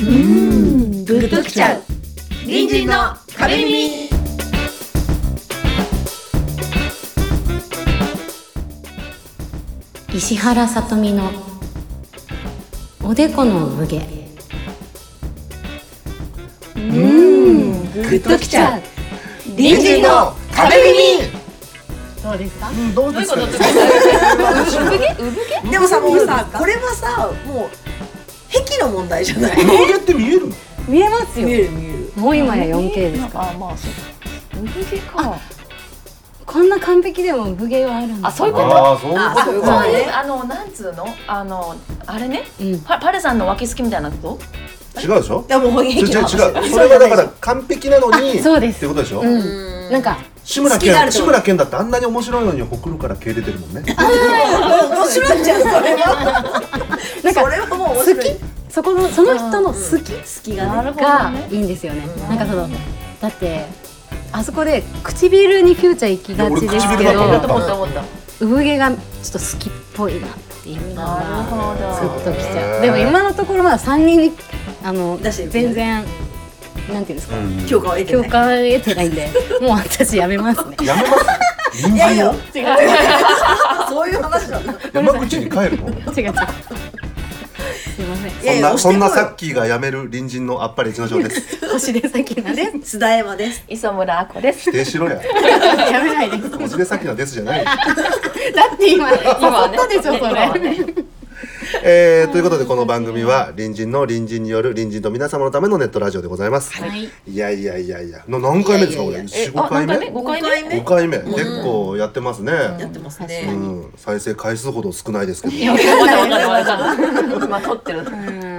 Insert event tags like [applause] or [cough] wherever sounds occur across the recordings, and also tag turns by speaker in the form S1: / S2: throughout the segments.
S1: うーん、グッときちゃう。隣人の壁耳。
S2: 石原さとみのおでこの産毛
S1: グッときちゃう。隣人の壁耳。
S2: どうですか
S3: うん、どうですかね。
S1: でもさ、もうさ、これはさ、もう。壁の問題じゃない。
S3: 人間って見えるの。
S2: 見えます
S1: 見
S2: よ
S1: える、見える。
S2: もう今や 4K ですか
S4: あ、まあ、そう。産毛か。
S2: こんな完璧でも産毛はあるんだ
S4: あ、そういうこと。
S3: ああ、そういう
S4: あ、
S3: こ
S4: そう
S3: と
S4: いう
S3: か。
S4: ね。あの、なんつうの、あの、あれね、
S2: うん
S4: パ、パレさんの脇好きみたいなこと。
S3: 違うでしょ。
S1: でも、もう
S3: 違う違う違
S1: 壁
S3: う。
S1: の話。
S3: それはだから完璧なのに。
S2: あそうです
S3: ってことでしょ。
S2: う
S1: うん
S2: なん。か
S3: 志村
S1: 好きがあると
S3: けん、志村けんだってあんなに面白いのにほくろから毛出てるもんね。
S1: 面白いじゃん、それは。
S2: なん
S1: そ
S2: か
S1: れはもう面
S2: 好
S1: 白い。
S2: きそこのその人の好き
S1: き
S4: なるほど
S2: が
S4: ね。
S2: いいんですよねなんかそのだってあそこで唇にフューチャー行きがちですけ
S3: いや俺唇だと思
S4: 思っ
S3: った
S2: ど
S4: 思った思った。
S2: 産毛がちょっと好きっぽいなっていうの
S4: なる
S2: が
S4: ほ
S2: グ
S4: ど。
S2: ッときちゃうでも今のところまだ3人にあの
S1: 出してる
S2: 全然なんていうんですか
S3: うん
S1: 許可を得て
S2: 共
S1: ね。
S2: 感を得てないんでもう私やめますね
S3: やめます。人
S1: いやい
S3: 間
S1: や
S3: を、
S1: そういう話なの。い
S3: 山口に帰るの。
S2: 違う違うすいません
S1: や
S3: そ
S1: い
S3: ん
S1: や、
S3: な、そんな
S1: 押して
S3: さ
S1: こ
S3: っきーが辞める隣人のあっぱれ一の城です。
S2: 星出咲なんで
S1: いよ須田山です。
S4: 磯村あこです。
S3: 否定しろや。
S2: やめないです
S3: おじでさっきのですじゃない。
S2: だって今誘
S4: は
S2: っ
S4: ね
S2: たでしょそ
S4: 今はね
S2: れ
S3: えー、ということでこの番組は隣人の隣人による隣人と皆様のためのネットラジオでございます。
S2: はい、
S3: いやいやいやいや、な何回目ですかこれ？
S4: え
S3: 四、五回
S4: あ、何回目？
S3: 目？
S4: 五回
S1: 五回
S4: 目。
S1: 目
S3: 五回目。結構やってますね。
S1: やってます
S2: う
S3: う
S1: ね。
S3: ん、再生回数ほど少ないですけど。
S4: いや、
S3: い
S4: わかんないわかんないわかんない。まあ、撮ってる。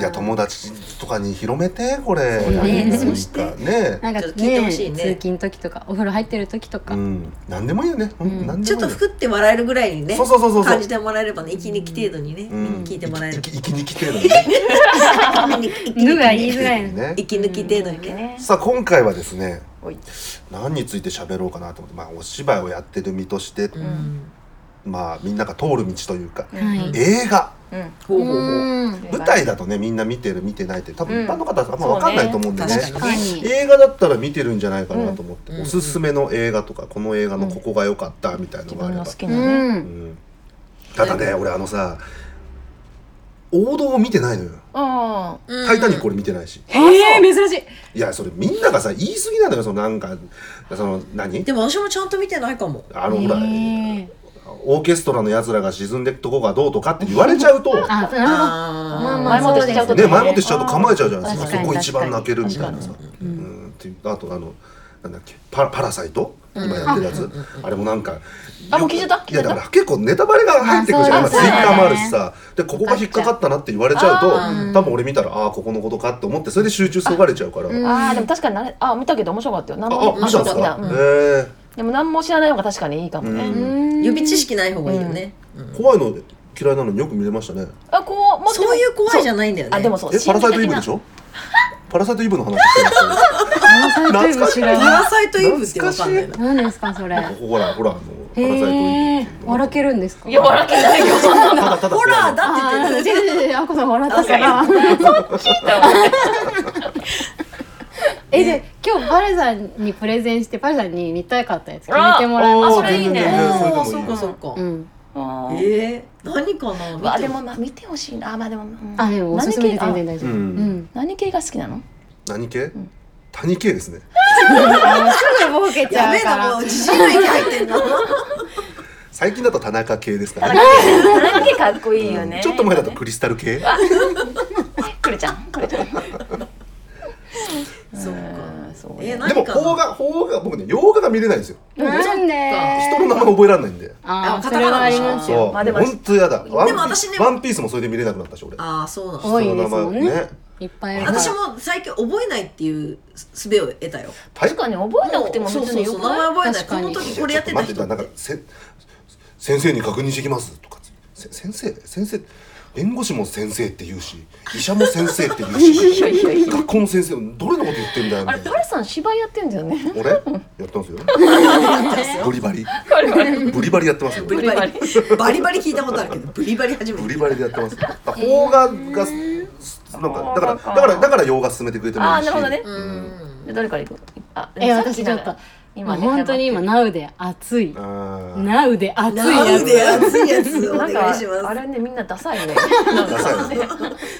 S3: や友達とかに広めてこれ。
S2: ね
S3: なんか
S1: そして
S3: ね。
S2: なんか
S1: ちょっと聞いてほ
S2: ね
S1: しいね
S2: 通勤時とかお風呂入ってる時と
S3: う
S2: か、
S3: ん、なんでもいいよね。うん、なん
S1: ち
S3: で
S1: ょっ
S3: もい
S1: と
S3: いよ。
S1: ふって笑えるぐらいにね
S3: そう。そうそうそうそう。
S1: 感じてもらえればね、息抜き程度にね、
S3: うん
S1: 聞いてもらえる。
S3: 生き生き生き抜き程度
S2: ぬが言い
S1: 息。
S2: づらい
S3: に
S2: の
S3: ね
S1: 抜き程度にね。
S4: ね。
S3: さあ今回はですね、
S4: おい。
S3: 何について喋ろうかなと思って、まあお芝居をやってる身として、まあみんなが通る道というか、
S2: はい
S3: 映画。
S4: うん。
S1: ほうほうほう。
S3: 舞台だとねみんな見てる見てないって多分
S4: うん
S3: 一般の方はあんま分かんないと思うんでね,、
S1: そうね確
S2: かに
S3: 映画だったら見てるんじゃないかなと思って、
S1: うん
S3: おすすめの映画とかこの映画のここが良かったみたいの
S4: 自
S3: があ
S4: 分
S3: れば
S4: の、好き
S2: う
S4: なね。
S3: うんんただね俺あのさ王道を見てないのよ「
S4: うん。
S3: タイタニック」俺見てないし
S2: ええ珍しい
S3: いやそれみんながさ言い過ぎなのよそのなんかその何
S1: でも私もちゃんと見てないかも。
S3: あのほら、
S2: ええ
S3: オーケストラのやつらが沈んでくとこがどうとかって言われちゃうと
S2: あなるほど
S1: あ
S2: ー
S1: あ、
S2: まあ
S4: 前もってしちゃうと
S3: ね、前もってしちゃうと構えちゃうじゃないです
S2: 確
S3: か
S2: かに
S3: そこ一番泣けるみたいなさ
S4: 確
S3: うんうんっていうあとあのなんだっけパラパラサイト今やってるやつ、あれもなんか
S4: あもう聞いちゃった聞い
S3: い
S4: ちゃ
S3: や
S4: っ
S3: だ
S4: た
S3: から結構ネタバレが入ってくるじゃん
S2: あ
S3: 今
S2: そ
S3: ツ
S2: う
S3: イ
S2: だ
S3: ッ
S2: ね
S3: ターもあるしさでここが引っかかったなって言われちゃうと多分俺見たらああーここのことかって思ってそれで集中そがれちゃうから、あ
S4: ああでも確かになれあ見たけど面白かったよ。何
S3: あ
S4: も
S3: 見たんですか、
S4: うん
S3: え
S4: でも何も知らない方が確かにいいかもね。
S3: うん
S2: うん
S1: 予備知識ない方がいいよね。
S3: ー怖いの嫌いなのによく見れましたね
S4: あこうも
S1: そういう怖いじゃないんだよね。
S4: あでもそう。
S3: えパラサイトイブでしょパラサイトイブの話してるんですよ
S2: パラサイトイブ知らな
S1: パ
S2: い
S1: ラサイトイブってわかんないな。
S2: 何ですかそれ
S3: ここほらほらあのパラサイト
S2: え
S3: イ
S2: え
S3: ブ
S2: 笑けるんですか
S4: いや笑けないよ。 [laughs]
S3: ただただ
S1: ホラーだって言
S2: あ
S1: って
S2: ー
S1: る。
S2: 違う違う違うあこさん笑ったからえで今日パレさんにプレゼンしてパレさんに見たかったやつ決めてもらい
S4: あ
S2: ま
S4: ー
S2: す
S4: それいいね
S1: おお、
S3: そ
S1: そうう
S3: か
S1: か
S3: そ
S1: そううか
S2: う。ん
S4: あ
S1: ええ、何かな。
S4: あでもまあ見てほしいな。あまあでもうん
S2: あでもおすすめで全然大丈夫
S3: う
S2: うんん
S4: 何系が好きなの？
S3: 何系谷系ですね
S2: すぐボケち
S1: や
S2: ゃ
S1: べ
S2: う
S1: え
S2: か
S1: な、
S2: ら
S1: もう自信が入ってんの。
S3: 最近だと田中系ですからね
S4: 何系かっこいいよ
S3: う
S4: ね
S3: ん。ちょっと前だとクリスタル系
S4: くれちゃんくれちゃん。
S1: そうか。
S4: うんそう
S1: え
S4: ね
S1: ー、
S3: で
S1: 何
S3: も
S1: か
S3: 邦
S1: な。
S3: 画邦画僕ね洋画が見れないんですよ
S2: なんで
S3: 人の名前覚えられないんで
S2: あ
S1: あ
S2: ーそれはあります
S3: そ
S2: よ
S3: う
S4: まあでも
S3: 本当やだワン
S1: でも私ね
S3: ワンピースもそれで見れなくなったし俺
S1: ああ、そうなんだ。
S2: 多いですもん
S3: 人の名前
S2: ね
S3: ね
S2: いっぱいある
S1: 私も最近覚えないっていう術を得たよ。
S4: 確かに覚えなくても別
S1: そうそう
S4: によ
S1: そう
S4: く
S1: 名前
S4: ない。
S1: 覚えない。
S2: 確
S1: こ
S2: かに
S1: の時これやってた
S3: ちょ
S1: 人
S3: っと待ってなんかせ先生に確認してきますとかせ先生先生弁護士も先生って言うし医者も先生って言う
S4: [laughs] いやいやい
S3: し
S4: や
S3: 学校の先生どれのこと言ってんだよみた
S4: あれ
S3: い
S4: パ
S3: な
S4: レさん芝居やってんだよね。
S3: 俺やってますよブリバリブリバリやってますよ
S1: ブ
S3: ブ
S1: リ [laughs] バリバリバリ聞いたことあるけどブリバリ初めて
S3: リバリでやってます邦画がなんかだから
S4: そうか
S3: だからだから洋画進めてくれてもいいし
S4: あーなるほどね
S1: うん
S4: でどれから行くあ
S2: え
S4: さき
S2: 私ちょっ
S4: だ
S2: と
S4: から
S2: 今
S4: ね
S2: 本当に今「NOW」で熱い「
S3: あ
S2: NOW」で熱い
S1: な
S2: や
S1: ん
S2: つ
S1: で熱いやつお
S4: な
S1: 願
S4: ん
S1: い
S4: か
S1: し
S4: あ
S1: ま
S4: れねみんなダサいね
S3: サい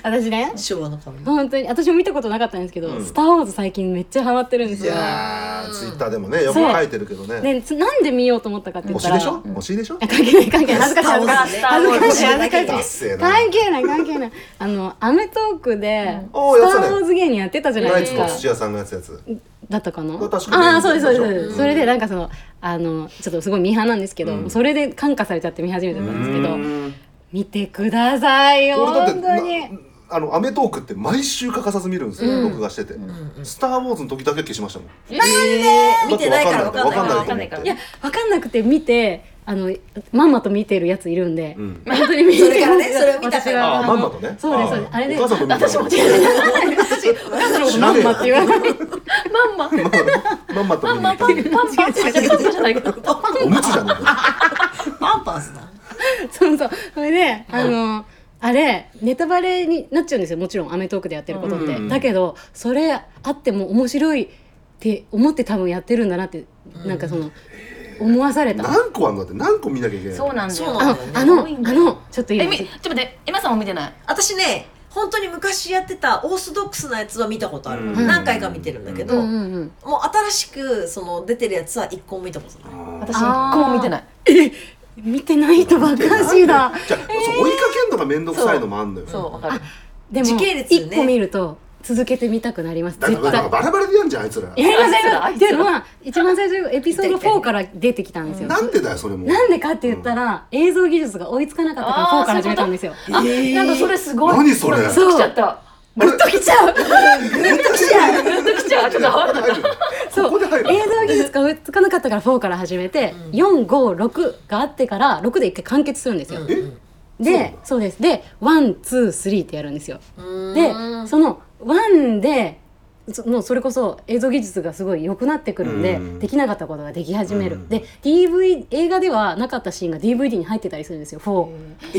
S2: 私ね
S1: す昭和の髪
S2: 本当に私も見たことなかったんですけど「
S3: うん
S2: スター・ウォーズ」最近めっちゃハマってるんです
S3: ーい
S2: よ
S3: やーツイッターでもねよく書いてるけどね
S2: でつなんで見ようと思ったかって言
S3: 推
S2: った
S3: し
S2: ら
S3: でしょ推しでしょ
S2: あ関係ない関係ない恥ずかしい恥ずかしい
S1: スター
S2: 恥
S1: ウ
S2: ず
S1: ォーズね
S2: かしい恥ずかしい
S3: ダッセーな
S2: 関係ない関係ないあの『アメトーーク』で「スタ
S3: おーやってたね
S2: ー・ウォーズ」芸人やってたじゃな
S3: ナ
S2: い
S3: イ
S2: で
S3: ツ
S2: す
S3: の
S2: か
S3: 土屋さんがやつやつ
S2: だったかな
S3: まあ確かに
S2: ああそうですそうですそうです、
S3: うん
S2: それでなんかそのあのちょっとすごいミーハーなんですけど、
S3: うん
S2: それで感化されちゃって見始めてたんですけど、
S3: うん
S2: 見てくださいよ
S3: 俺だって
S2: 本
S3: な
S2: 当に
S3: あの『アメトーーク』って毎週欠かさず見るんですよ、
S2: うん
S3: 録画してて、スター・ウォーズ」の時だけ消しましたもん
S1: なんで見てないからわ
S3: だって
S1: かんないからわ
S3: わかん
S1: か
S3: なん
S1: ない
S3: いと
S4: わかんない
S2: いや分
S3: 思って
S4: から
S2: かんなくて見てあのまんまと見てるやついるんで、
S3: うん
S2: 本当に見て
S1: それからねそれを見たから
S3: ああ
S2: 私は
S3: まんまとね
S2: そうですそうです
S3: あ
S2: あれで
S3: お母さんと見て
S4: 私も
S3: 違う
S2: お母さんのことまんまって言わない
S4: まんま
S3: まんまと見に行った
S4: パンパンじゃないじゃないけど
S3: [laughs] おむつじゃねえか
S1: パンパンスだ
S2: そうそうそれであのあれネタバレになっちゃうんですよもちろん『アメトーーク』でやってることって、
S3: うん
S2: だけどそれあっても面白いって思って多分やってるんだなって、なんかその思わされたあ
S3: 何個あんのって何個見なきゃいけないの
S4: そうなんだ
S1: そう
S4: よ
S1: な
S2: のあ
S1: す
S2: の
S4: ごいんだ
S2: あ
S4: よ
S2: のちょっといい
S4: え
S2: で
S4: み
S2: す
S4: ちょっと待ってエマさんも見てない
S1: 私ね本当に昔やってたオーソドックスなやつは見たことある、
S3: うん
S1: 何回か見てるんだけ
S2: う
S1: ど、
S2: んうんうん
S1: もう新しくその出てるやつは一個も見たことない
S4: 私一個も見てない
S2: 見てない人ばっかしだ
S3: [laughs] じゃあ、そう追いかけるのが面倒くさいのもあんのよ
S4: そうわかる
S2: でも
S1: 時系列よね
S2: 一個見ると続けてみたくなります
S3: だから
S2: 絶
S3: な
S2: 対
S3: んかバラバラでやんじゃんあいつら
S2: やりませんよ
S4: あいつらあい
S2: っ
S4: つ
S2: て
S4: ら
S2: いうのは一番最初エピソード
S1: 痛い痛い
S2: 4から出てきたんですよ
S3: なんでだよそれも
S2: なんでかって言ったら、映像技術が追いつかなかったから
S4: あー
S2: 4から始めたんですよ
S4: あなんかそれすごい
S3: 何それ
S4: グッときちゃった
S3: あれ
S2: 来ちゃう
S3: こ
S4: グッときちゃうちょっと
S2: そう
S3: こで入る
S2: 映像技術が追いつかなかったから4から始めて、456があってから6で一回完結するんですよ、
S3: え
S2: でそうですで123ってやるんですよで
S1: うん
S2: その1でそのそれこそ映像技術がすごい良くなってくるんで、
S3: うん
S2: できなかったことができ始める、
S3: うん
S2: で DV 映画ではなかったシーンが DVD に入ってたりするんですよ456、
S1: え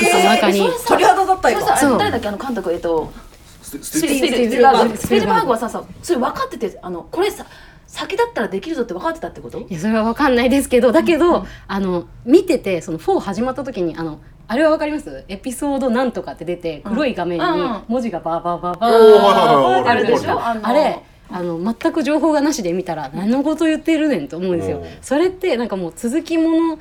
S1: ー
S2: の中に、
S4: それさ
S1: 鳥肌だった
S4: それさ
S1: 今
S4: あ
S2: そう
S4: れ誰だっけあの監督えっと
S3: ス
S4: ス
S3: ス
S4: ピ
S3: テ
S4: ルス
S2: ス
S4: ピ
S2: ピ
S4: ル
S2: ル
S4: バーグス
S2: ス
S4: ピ
S2: ピ
S4: ル
S2: ル
S4: バ
S2: バー
S4: ーグ
S2: グ
S4: はささそれ分かっててあのこれさ先だったらできるぞって分かってたってこと
S2: いやそれは分かんないですけどだけど、あの見ててその4始まった時にあのあれは分かりますエピソードなんとかって出て黒い画面に
S4: うん
S2: 文字がバーバーバーバー
S3: おーはいはいはい
S4: あるでしょあの
S2: あれあの全く情報がなしで見たら何のこと言ってるねんと思うんです
S3: う
S2: よ
S3: ん。
S2: それってなんかもう続きもの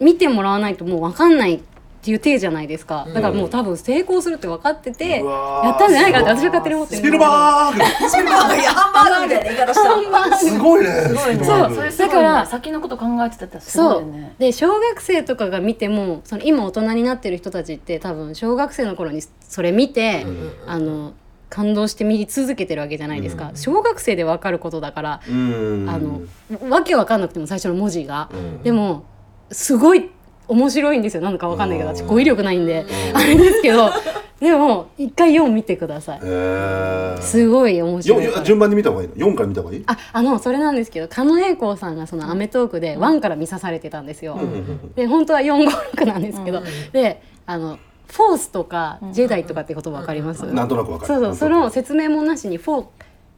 S2: 見てもらわないともう分かんないっていう体じゃないですかだからもう多分成功するって分かってて
S3: うわー
S2: やったんじゃないかって私は勝手に思ってる
S3: スピルバー
S2: [laughs]
S1: それはハンバーグみたいな言い方した
S3: グすごいね
S4: すごい
S3: スピ
S4: ね
S3: ルバーグ
S2: そう
S4: それす
S2: だ
S4: ご
S2: か
S4: いね
S2: ら
S4: 先のこと考えてたってすご
S2: そ
S4: いうよね
S2: で小学生とかが見てもその今大人になってる人たちって多分小学生の頃にそれ見て、あの感動して見続けてるわけじゃないですか、小学生で分かることだから、
S3: うん
S2: あのわけわかんなくても最初の文字が、
S3: ん
S2: でもすごい面白いんですよなんかわかんないけど
S3: うん
S2: 私語彙力ないんで、あれですけどでも一回4見てください
S3: へ。ー
S2: すごい面白いから
S3: よ順番に見た方がいいの四から見た方がいい
S2: ああのそれなんですけど狩野英孝さんがその『アメトーーク』で1から見さされてたんですよ。で本当は456なんですけど、であのフォースとかジェダイとかって言葉わかります、
S3: なんとなくわかる
S2: そう
S3: な
S2: そう
S3: んと
S2: そ
S3: な
S2: の
S3: く
S2: 説明もなしにフォー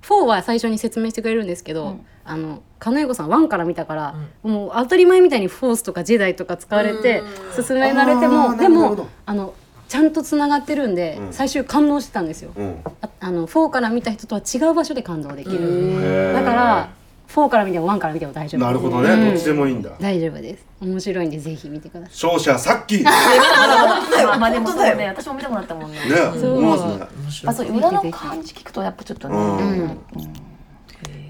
S2: フォーは最初に説明してくれるんですけど、あの狩野英孝さん1から見たから、もう当たり前みたいにフォースとかジェダイとか使われて進められて
S3: あ
S2: も
S3: ー
S2: で
S3: なるほど
S2: もあのちゃんとつながってるんで、
S3: うん
S2: 最終感動してたんですよ。
S3: うん
S2: ああの4から見た人とは違う場所で感動でき
S3: へ
S2: る
S3: ー
S2: だから4から見ても1から見ても大丈夫です
S3: なるほどねどっちでもいいんだ
S2: 大丈夫です面白いんでぜひ見てください
S3: 勝者さっきね
S4: まあまあでもそう
S1: 本当だ
S4: ね私も見たくなったもんね
S2: う
S3: 思いますね
S4: あそう裏の感じ聞くとやっぱちょっとね
S3: うん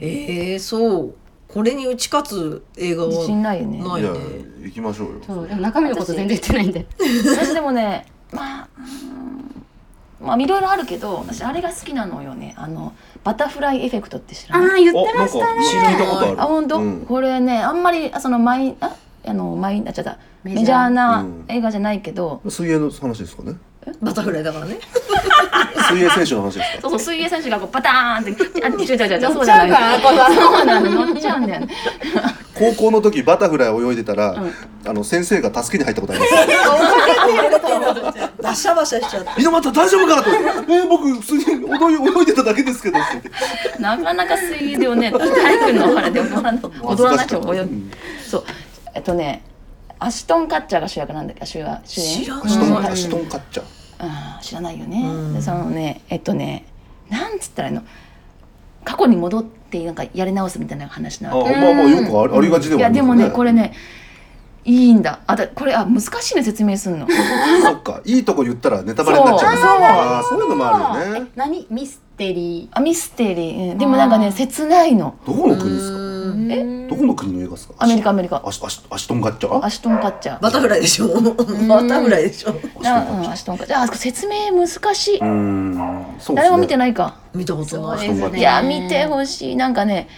S1: ええそうこれに打ち勝つ映画
S4: 自信
S1: は
S4: ないよね
S1: ない
S3: いや
S1: ね
S3: 行きましょうよ
S2: そうでも中身のこと全然言ってないんで
S4: 私でもねまあうんまあいろいろあるけど私あれが好きなのよねあのバタフライエフェクトって知
S2: あ
S4: ら
S2: あ
S4: ない
S2: ー言
S3: [laughs] お
S2: ってましたね
S3: なんか聞いたことある
S4: あ本当、
S3: うん
S4: これねあんまりあそのマイああのマイあちゃった
S2: メ
S4: メ
S2: ジャー
S4: ジャーな
S3: うん
S4: 映画じゃないけど、
S3: 水泳の話ですかね
S1: バタフライだからね
S3: 水泳選手の話です
S4: そうそう水泳選手がこうパターンってあ違う違う違う違う
S2: 乗
S4: そう
S2: っち
S4: じ
S2: ゃ
S4: ゃな
S2: う
S4: い
S2: からこの
S4: そうなの乗っちゃうんだよね
S3: 高校の
S1: [laughs]
S3: 時バタフライ泳いでたら、あの先生が助けに入ったことありま
S1: 出
S3: す。
S1: シャバシャしちゃって
S3: 猪俣大丈夫かと思って「えー僕普通に泳い泳いでただけですけど」って言って
S4: なかなか水泳ではね体育の腹で踊らな踊らなきゃ泳ぐ [laughs] そうえっとねアシュトン・カッチャーが主役なんだっけ主役主演
S1: 知ら
S3: アシュトン
S1: ない
S3: アシュトンカッチャー
S4: あー知らないよね、
S1: うん
S4: でそのねえっとねなんつったらいいの過去に戻ってなんかやり直すみたいな話な
S3: あ
S4: わけ
S3: ーまあまあよくありありがちで
S4: い
S3: はあ
S4: や
S3: り
S4: で
S3: ます
S4: もねこれねいいんだあだこれあ難しいね説明すん
S3: [laughs]
S4: の
S3: そっかいいとこ言ったらネタバレになっちゃう
S4: そう
S3: あーそういうのもあるよね
S2: 何ミステリ
S4: あミステリー、うんでもなんか
S2: あ
S4: ね
S2: ー
S4: 切ないの
S3: どこ
S2: ー
S3: の国ですか
S2: え
S3: どこの国の映画ですか
S4: アメリカアメリカ
S3: アシアシアシュトンカッチャー
S4: アシュトン・カッチャー
S1: バタフライでしょバタフライでしょ
S4: なうん、アシュトンカッチャーあそこ説明難しい、
S3: うーんそうですね
S4: 誰も見てないか
S1: 見たこと
S2: そう
S1: な
S2: で
S1: い
S2: す
S3: ね
S2: ね
S4: いや見てほしいなんかね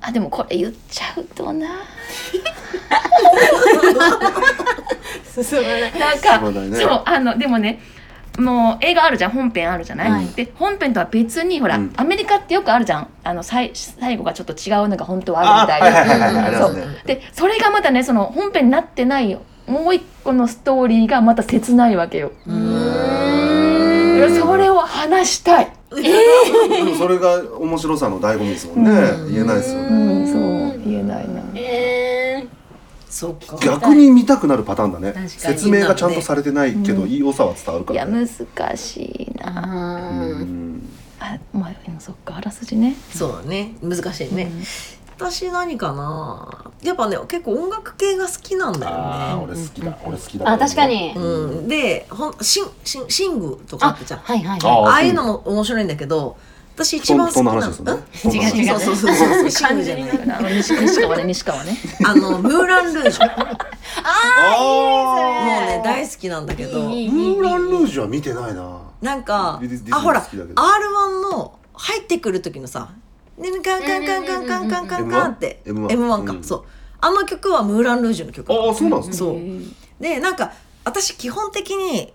S4: あでもこれ言っちゃうとな [laughs] なんか
S3: そうだね
S4: そうあのでもねもう映画あるじゃん本編あるじゃない、
S3: はい
S4: で本編とは別にほら、
S3: うん
S4: アメリカってよくあるじゃんあの最最後がちょっと違うのが本当はあ
S3: あ
S4: るみ
S3: ー
S4: たい
S3: はい
S4: な、
S3: はいはいはいありますね
S4: でそれがまたねその本編になってないもう一個のストーリーがまた切ないわけよ、いやそれを話したい、
S3: でもそれが面白さの醍醐味ですもんね言えないですよ
S4: う
S3: ね
S4: ん、そう言えないな
S2: え
S1: そっか
S3: 逆に見たくなるパターンだ
S2: 確か
S3: ね
S2: に
S3: 説明がちゃんとされてないけどいい良さは伝わるか
S4: い
S3: ら
S4: や
S3: ね
S4: 難しい
S2: ー、
S4: な
S3: う
S2: あ
S3: ん
S4: あまあうんそっかあらすじね
S1: そうだね難しいね私何かなやっぱね結構音楽系が好きなんだ
S3: あ
S1: よ
S3: ー
S1: ね
S3: 俺好きだ俺好きだ
S2: あ確かに
S1: うんでほんシンシンシングとか
S2: あ
S1: ってじゃん
S2: はいはい
S3: あ
S1: ああいうのも面白いんだけど私一
S3: そん
S1: 番好
S3: そ
S1: き
S3: ん
S1: な
S3: な話ですよねそん
S2: 違う違
S3: な話
S1: そうそうそうそうシングじゃない
S4: あの西西川ね西 [laughs] 川ね
S1: あのムーラン・ルージュもう
S3: あ
S1: ね大好きなんだけど
S2: いいいい
S3: ームーラン・ルージュは見てないな
S1: なんか
S3: ディズニー
S1: あほら
S3: 好きだ
S1: R1
S3: けど
S1: の入ってくる時のさ「ねカンカンカンカンカンカンカンカン」って
S3: M1
S1: M1
S3: う
S1: か
S3: ん
S1: そうあの曲はムーラン・ルージュの曲
S3: ああそうなんですね
S1: そうでなんか私基本的に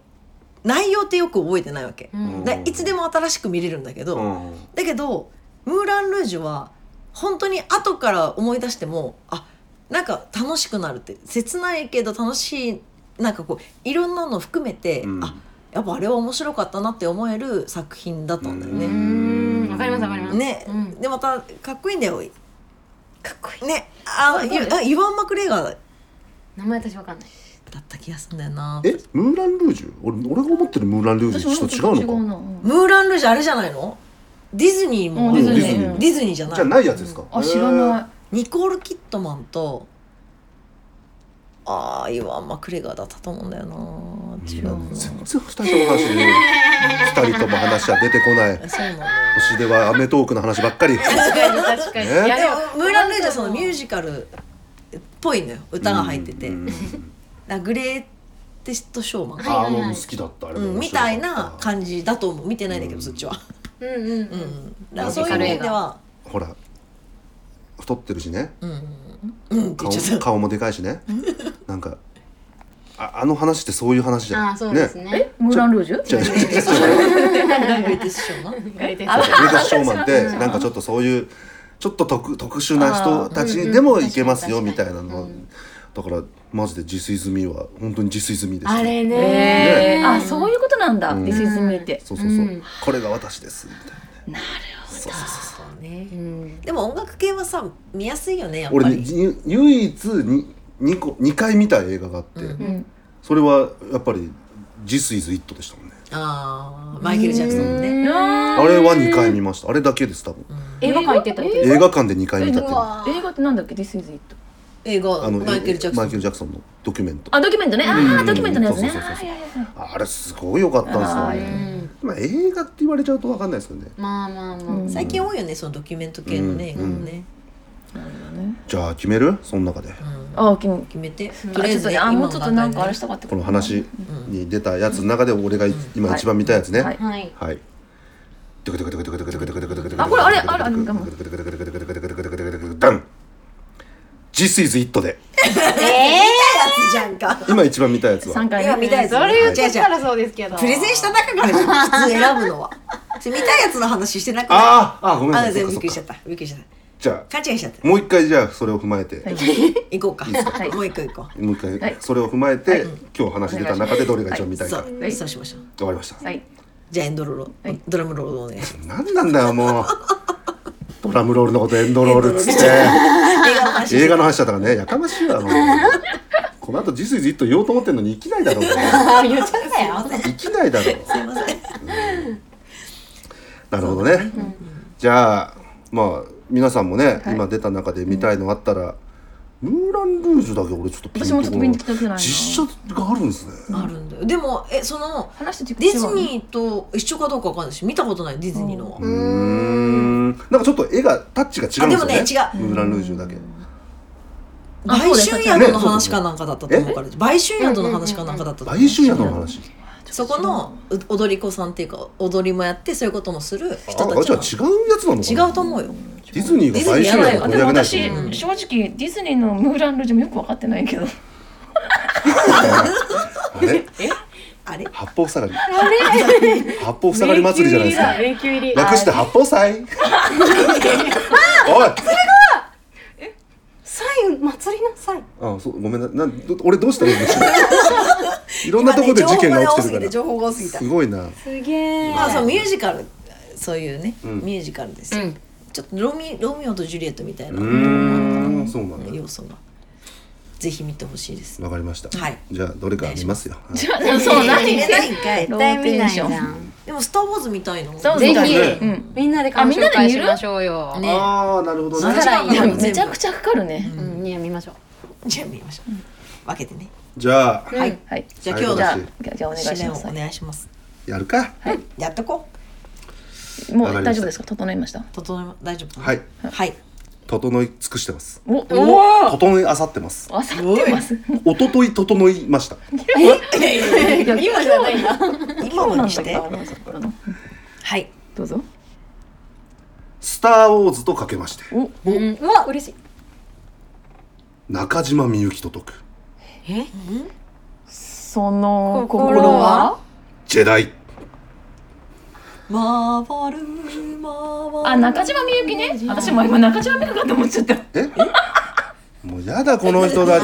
S1: 内容ってよく覚えてないわけ
S2: う、
S3: ん
S1: でいつでも新しく見れるんだけど、
S3: うん
S1: だけどムーラン・ルージュは本当に後から思い出してもあなんか楽しくなるって切ないけど楽しいなんかこういろんなの含めて、
S3: うん
S1: あやっぱあれは面白かったなって思える作品だったんだよ
S2: う
S1: ね。
S2: んわかりますわかります
S1: ね、
S2: うん
S1: でまたかっこいいんだよ。
S2: かっこいい
S1: ねあ
S2: そうそうです
S1: あイワン・マクレーガーだ
S2: 名前私わかんない
S1: った気がするんだよな。
S3: えムーラン・ルージュ俺俺が思ってるムーラン・ルージュと違うのか
S4: な、うん
S1: ムーラン・ルージュあれじゃないのディズニーも、
S4: うん
S3: ディズニー
S1: ディズニーじゃない
S3: じゃないやつですか
S4: あ知らない
S1: ニコール・キットマンとああイワン・マクレガーだったと思うんだよな違
S3: いうや
S1: な
S3: 全然二人とも話し二人とも話は出てこない
S1: そうなんだよ
S3: 星ではアメトーークの話ばっかり
S2: 確かに確かに、
S3: ね
S2: いや
S1: で
S2: でも
S1: もムーラン・ルージュはそのミュージカルっぽいのよ歌が入ってて、
S3: うん
S1: だからグレーテスト・ショーマン、
S3: あの好きだったあれ
S1: う
S3: も
S1: ん、
S3: 面
S1: み
S3: 白かった
S1: いな感じだと思う見てないんだけどそっちは、
S2: うんうん
S1: う
S2: うん
S1: ん、だからそういう意味では
S3: ほら太ってるしね
S1: うんうんうんって
S3: 顔
S1: 言っちゃった
S3: 顔もでかいしねなんかああの話ってそういう話じゃん
S2: ああそうですね
S4: ムーランルージュ
S3: じゃあ
S1: グレーテスト・ショーマ [laughs] ン
S2: グレーテスト
S4: あ
S3: ウェザーショーマンってなんかちょっとそういうちょっと特特殊な人たちにでもいけますよ
S2: うんうん
S3: みたいなのだからマジで自炊済みは本当に自炊済みです
S2: あれね
S3: ね
S4: あそういうことなんだ、
S3: うん
S4: ディスイズミーって、
S3: そうそうそう、
S2: うん
S3: これが私ですみたいな
S4: なる
S3: そうそうそう
S1: そうね
S2: うん
S1: でも音楽系はさ見やすいよねやっぱり
S3: 俺ねじ唯一に 2, 個二回見た映画があって、
S1: う
S4: ほど、うん、
S3: それはやっぱり「This is It」でしたもんね
S1: ああマイケル・ジャクソンのね、
S3: あれは2回見ましたあれだけです多分
S2: 映画館行ってた
S4: え
S3: 映画館で2回見たっていう
S4: 映画ってなんだっけディスイズイット
S1: 映画
S3: あの
S1: マイケル・ジャクソ
S3: マ
S1: ン
S3: イケル・ジャクソンのドキュメント
S4: あドキュメントねあ
S3: うん
S4: ードキュメントのやつね
S3: そうそうそうそう
S4: あーいやいやいや
S3: あれすごい良かったんですよ
S4: あ
S2: う
S3: ね
S2: ん
S3: まあ映画って言われちゃうと分かんないですよね
S2: まあまあまあ、
S4: うん
S1: 最近多いよねそのドキュメント系のね映
S3: うん
S1: 画もね、
S4: なるほどね
S3: じゃあ決めるその中で
S1: うん
S4: あー君
S1: 決めてと
S4: あ
S1: りあえ
S4: ちょっ
S1: ず
S4: と
S1: ね
S4: ねあもうちょっとなん
S1: 今
S4: かあれし
S1: 段
S4: たかった
S3: この話に出たやつの中で俺がい今一番見たやつね
S4: はいはい
S2: はい
S3: はい
S4: あこれあれあれあれ我
S3: ダン This is it で
S1: 階段ね [laughs] やつじゃんか
S3: 今一番見たやつは
S4: 3回
S1: 今見たやつ
S2: それ言っちゃ
S1: 違う
S2: っ
S1: 違
S2: た
S1: う
S2: らそうですけど
S1: プレゼンした中からじゃ [laughs] ん普通選ぶのはそれ見たいやつの話してなくない
S3: あーあごめんなさ
S1: あ
S3: い
S1: 全
S3: そ
S1: 部
S3: っ
S1: びっくり
S3: か
S1: しち
S3: そ
S1: ゃ
S3: っ
S1: ったびっくりしちゃった
S3: じゃ
S1: 勘違いしちゃって
S3: あもう一回じゃあそれを踏まえて、
S4: はい
S1: 行こうか
S3: いいです
S4: かはい
S1: もう一個行こ
S3: もう一
S4: はい
S3: 回それを踏まえて、
S1: はい
S3: 今日話してた中でどれが一番
S1: う
S3: 見たい
S1: そ
S3: か、わ
S1: う
S4: はい
S1: そうしましょう
S3: かりました、
S4: はい
S1: じゃあエンドロール、
S4: はい
S1: ドラムロールお願いします
S3: 何なんだよもうドラムロールのことエンドロールっつっ
S1: 映
S3: て
S1: 画の話
S3: 映画の話だったからねやかましいわもうこの後じすじっと言おうと思ってんのに生きないだろう
S1: [laughs]
S3: ね
S2: あ言っちゃったよ
S3: 生きないだろう
S1: すいません
S3: なるほどね、じゃあまあ皆さんもね、今出た中で見たいのあったら、ムーラン・ルージュだけ俺ちょっとピン
S4: 私もちょっと見に来たくないな
S3: 実写があるんですね
S1: あるんだよでもえその
S4: 話して
S1: ディズニーと一緒かどうかわかんないし見たことないディズニーのは
S3: うーんなんかちょっと絵がタッチが違うんですよね
S1: あでもね違う
S3: ムーラン・ルージュだけ
S4: あ
S1: 売春宿の話
S3: ね
S1: かなんかだったと思うから売春宿の話かなんかだったと思う
S3: 買収宿の話
S1: そこのう踊り子さんっていうか踊りもやってそういうこともする人
S3: ああじゃ
S1: たち
S3: あ違うやつなのか
S1: の
S3: な
S1: 違うと思うよ
S3: ディズニーが買収
S1: ディズニーやばい
S3: 宿
S1: よ
S3: を取
S4: あ
S3: り上げないと
S4: でも私、正直ディズニーのムーラン・ルージュもよく分かってないけ [laughs] ど
S3: あれ
S1: あれ
S3: 八方塞がり八方塞がり祭りじゃないですか
S2: 迷宮入りだ迷宮入り
S3: 略して八方塞おい
S2: サイン祭りのサイン
S3: あそうごめんななんど俺どうしたらいいん
S1: [laughs]
S3: でしょういろんなところで事件が起きてるから
S1: 情報が多すぎて情報が多すぎ
S3: すごいな
S2: すげえ
S1: たあそうミュージカルそういうね
S3: うん
S1: ミュージカルです
S2: う
S1: よ
S2: ん
S1: ちょっとロミロミオとジュリエットみたいうな
S3: ーんそうなんだ
S1: 要素がぜひ見てほしいです
S3: わかりました
S1: はい
S3: じゃあどれか見ますよ
S4: じゃあそう何
S1: 見れないんかい
S2: 絶
S4: ロー
S2: 対見
S4: テ
S2: な
S4: ー
S2: い
S4: シ
S2: じ
S4: ョ
S2: ゃ
S4: ン
S2: ん
S1: でも「スター・ウォーズ」見たいの
S4: そう
S2: ぜ
S4: 見たい
S3: ね
S2: ひ
S4: うん
S2: みんなで
S4: あ
S2: 鑑
S4: み
S2: 賞
S4: んなで
S2: 会
S4: 見
S2: し
S4: る
S2: ましょうよ
S1: ね
S3: ああなるほど
S1: そ
S3: ね
S1: うじゃあ
S4: でもめちゃくちゃかかるね、
S2: うんね見ましょう
S1: じゃあ見ましょう分けてね
S3: じゃあ
S1: はい
S4: はい
S1: じゃあ今
S4: じ
S1: 日
S4: ゃあ
S3: 私
S4: じゃあお願い
S1: の
S4: し
S1: 試練を
S4: ま
S1: お
S4: すは
S1: 願いします
S3: やるか
S1: うんやっとこう
S4: いも
S3: わか
S4: う
S3: りま
S4: 大
S3: した
S4: 丈夫ですか整いました
S1: 整えま大丈夫かな
S3: はい
S1: はい
S3: 整い尽くしてます
S4: おお
S3: 整いあさってます
S4: あさってます
S3: 一昨日整いました
S4: [laughs]
S2: 今じゃないんだ
S1: 今のにして
S4: そうなんだからな
S1: はい
S4: どうぞ
S3: スターウォーズとかけまして
S2: うんうわ嬉しい
S3: 中島みゆきと解く
S4: その
S2: 心
S4: 心
S2: は
S4: は
S3: ジェダイ
S1: 回る回る
S4: あ中島みゆきね私も今中島みゆきかと思っちゃった
S3: え [laughs] もうやだこの人たちや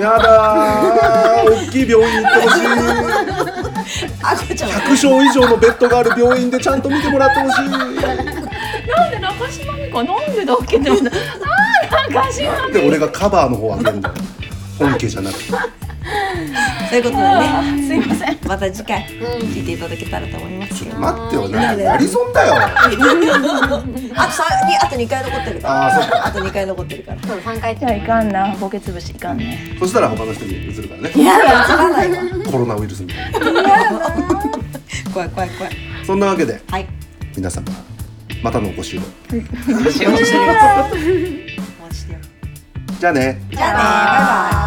S3: だー大きい病院行ってほしい
S1: 赤ちゃんは
S3: 100床以上のベッドがある病院でちゃんと見てもらってほしい
S4: なんで中島みゆきはなんでだっけって思ったあー中島み
S3: で
S4: ゆ
S3: 俺がカバーの方を開けるんだよ本家じゃなくて
S1: そういうことでね
S4: きすいません
S1: また次回聞いていただけたらと思います
S3: ちょっと待ってよなんかやり損だよ
S1: あとさにあと2回残ってるから
S3: あーそっ
S1: あと2回残ってるから
S2: そう三回
S4: じゃあいかんなボケ潰しいかんね
S3: そしたら他の人に移るからね [laughs] コロナウイルスみたいな
S1: 怖い怖い怖い
S3: そんなわけで
S1: はい
S3: 皆様またのお越しを
S1: お待ちしてよ
S3: じ
S1: じゃ
S3: ゃあね
S1: あねバイバイ